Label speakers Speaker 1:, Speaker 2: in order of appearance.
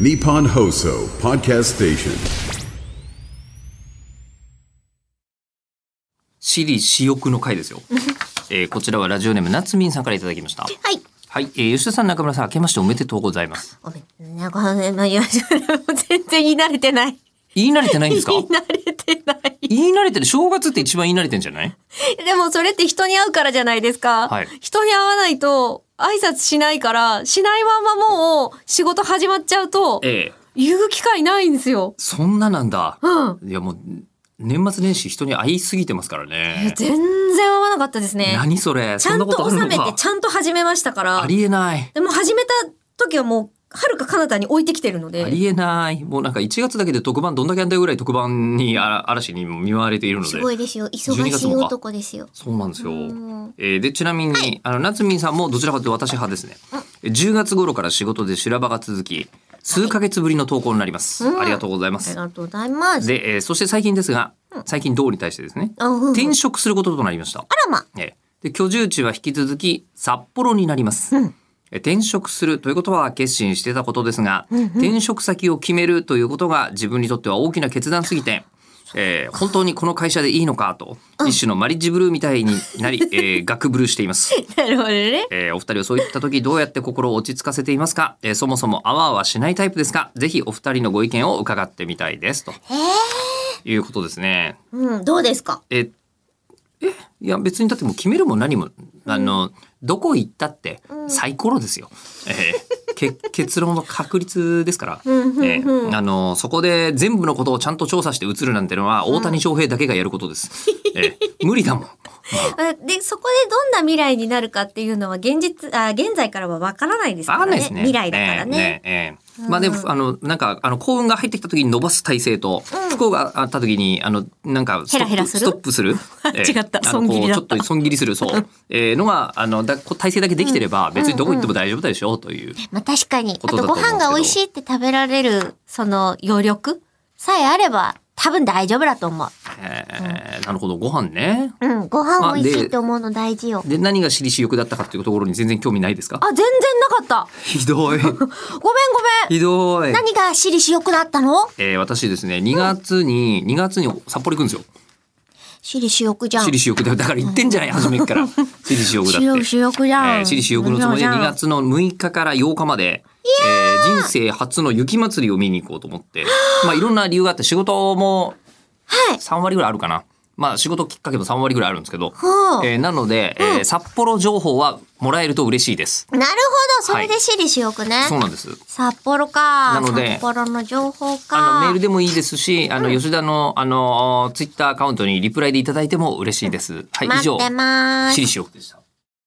Speaker 1: Nippon Hoso Podcast Station.
Speaker 2: 私利私欲の回です よ。えーこちらはラジオネームなつみんさんからいただきました。
Speaker 3: はい。
Speaker 2: はい、えー吉田さん、中村さん、明けましておめでとうございます。
Speaker 3: ごめん。なんか、ね、まあ、いや、全然言い慣れてない。
Speaker 2: 言い慣れてないん
Speaker 3: 言
Speaker 2: で
Speaker 3: い
Speaker 2: す か
Speaker 3: 慣れてない。
Speaker 2: 言い慣れてる。正月って一番言い慣れてんじゃない
Speaker 3: でもそれって人に会うからじゃないですか。
Speaker 2: はい
Speaker 3: 人に会わないと挨拶しないから、しないままもう仕事始まっちゃうと、
Speaker 2: ええ
Speaker 3: 言う機会ないんですよ。
Speaker 2: そんななんだ。
Speaker 3: うん。
Speaker 2: いや、もう、年末年始人に会いすぎてますから
Speaker 3: いや
Speaker 2: ね。
Speaker 3: 全然会わなかったですね。
Speaker 2: 何それ
Speaker 3: ちゃ
Speaker 2: そん
Speaker 3: ん
Speaker 2: なこと
Speaker 3: と
Speaker 2: あ
Speaker 3: 収
Speaker 2: る
Speaker 3: め
Speaker 2: の
Speaker 3: て、
Speaker 2: か
Speaker 3: ちゃんと始めましたか
Speaker 2: あ
Speaker 3: ら。
Speaker 2: りえない。
Speaker 3: でも始めた時はもう、はるか彼方に置いてきてるの
Speaker 2: あ
Speaker 3: で、
Speaker 2: りえない。もうなんか1月だけで特番どんだけあんだよぐらい特番にあ嵐にも見舞われているので。
Speaker 3: ですよ。
Speaker 2: 12月もか
Speaker 3: ですよ。
Speaker 2: そうなんですよ
Speaker 3: うん。
Speaker 2: えーで、ちなみに、あの、夏美さんもどちらかというと私派ですね。10月頃から仕事で修羅場が続き、数ヶ月ぶりの投稿になります。
Speaker 3: うん
Speaker 2: ありがとうございま
Speaker 3: あり
Speaker 2: す。
Speaker 3: がとうございます。
Speaker 2: で、えーそして最近ですが、最近同に対してですね、
Speaker 3: あ、うん、あ
Speaker 2: 転職することとなりました。
Speaker 3: ら ま。
Speaker 2: えーで、居住地は引き続き札幌になります。
Speaker 3: うん
Speaker 2: えー転職するということは決心してたことですが、
Speaker 3: うんうん
Speaker 2: 転職先を決めるということが自分にとっては大きな決断すぎて、えー本当にこの会社でいいのかと、一種のマリッジブルーみたいにな り、えー、ガクブルーしています。
Speaker 3: なるほどね。
Speaker 2: えーお二人はそういった時どうやって心を落ち着かせていますか、えーそもそもあわあわしないタイプですかぜひお二人のご意見を伺ってみたいです。ということですね。
Speaker 3: うん、どうですか
Speaker 2: え、え、いや別にだってもう決めるも何も、あの、どこ行ったってサイコロですよ。えーけ 結論の確率ですから、え
Speaker 3: うん
Speaker 2: ーあのそこで全部のことをちゃんと調査して移るなんてのは大谷翔平だけがやることです。えー無理だもん。
Speaker 3: あで、そこでどんな未来になるかっていうのは現実、あ、現在からはわからないですか
Speaker 2: わ
Speaker 3: ら
Speaker 2: かんな
Speaker 3: ね。
Speaker 2: いですね。
Speaker 3: 未来だからね。
Speaker 2: ええええまあでも、あの、なんか、あの、幸運が入ってきた時に伸ばす体勢と、不幸があった時に、あの、なんかストップ、
Speaker 3: ヘラヘラする。
Speaker 2: ストップする
Speaker 3: 違った
Speaker 2: あのこう
Speaker 3: 損切りだった
Speaker 2: ちょっと損切りする、そう。ええのが、あの、だこう体勢だけできてれば、別にどこ行っても大丈夫だでしょう、という。
Speaker 3: まあ確かに。あ
Speaker 2: ことだ
Speaker 3: と
Speaker 2: と思
Speaker 3: ご
Speaker 2: うんですけ
Speaker 3: 飯
Speaker 2: ど
Speaker 3: が美味しいって食べられる、その余力さえあれば、多分大丈夫だと思う。
Speaker 2: ええなるほど、ご飯ね。
Speaker 3: うん、ご飯
Speaker 2: あ
Speaker 3: 美味しいって思うの大事よ。
Speaker 2: で、何が私利私欲だったかっていうところに全然興味ないですか
Speaker 3: あ、全然なかっ
Speaker 2: ひ どい。
Speaker 3: た。ごめんごめん。
Speaker 2: ひどい。
Speaker 3: 何が私利私欲だったの
Speaker 2: ええ私ですね、2月に、2月に札幌行くんですよ。
Speaker 3: 私利私欲じゃん。
Speaker 2: 私利私欲だよだから言ってんじゃない、初め っから。私利私欲だって。
Speaker 3: 私利私欲じゃん。
Speaker 2: えー、私利私欲のつもりで
Speaker 3: じゃん
Speaker 2: 2月の6日から8日まで、えー人生初の雪まつりを見に行こうと思 って、まあいろんな理由があって仕事も
Speaker 3: はい。
Speaker 2: 3割ぐらいあるかな。まあ仕事きっかけも3割ぐらいあるんですけど、
Speaker 3: ほう
Speaker 2: えーなので、えー札幌情報はもらえると嬉しいです。
Speaker 3: なるほど、それで私利私欲ね。
Speaker 2: そうなんです。
Speaker 3: 札幌か。
Speaker 2: なので
Speaker 3: 札幌の情報
Speaker 2: あの
Speaker 3: か。
Speaker 2: メールでもいいですし、あの吉田のあのツイッターアカウントにリプライでいただいても嬉しいです。はい、以
Speaker 3: 待
Speaker 2: 上
Speaker 3: っ、てまー
Speaker 2: 私
Speaker 3: す。
Speaker 2: 利私欲でした。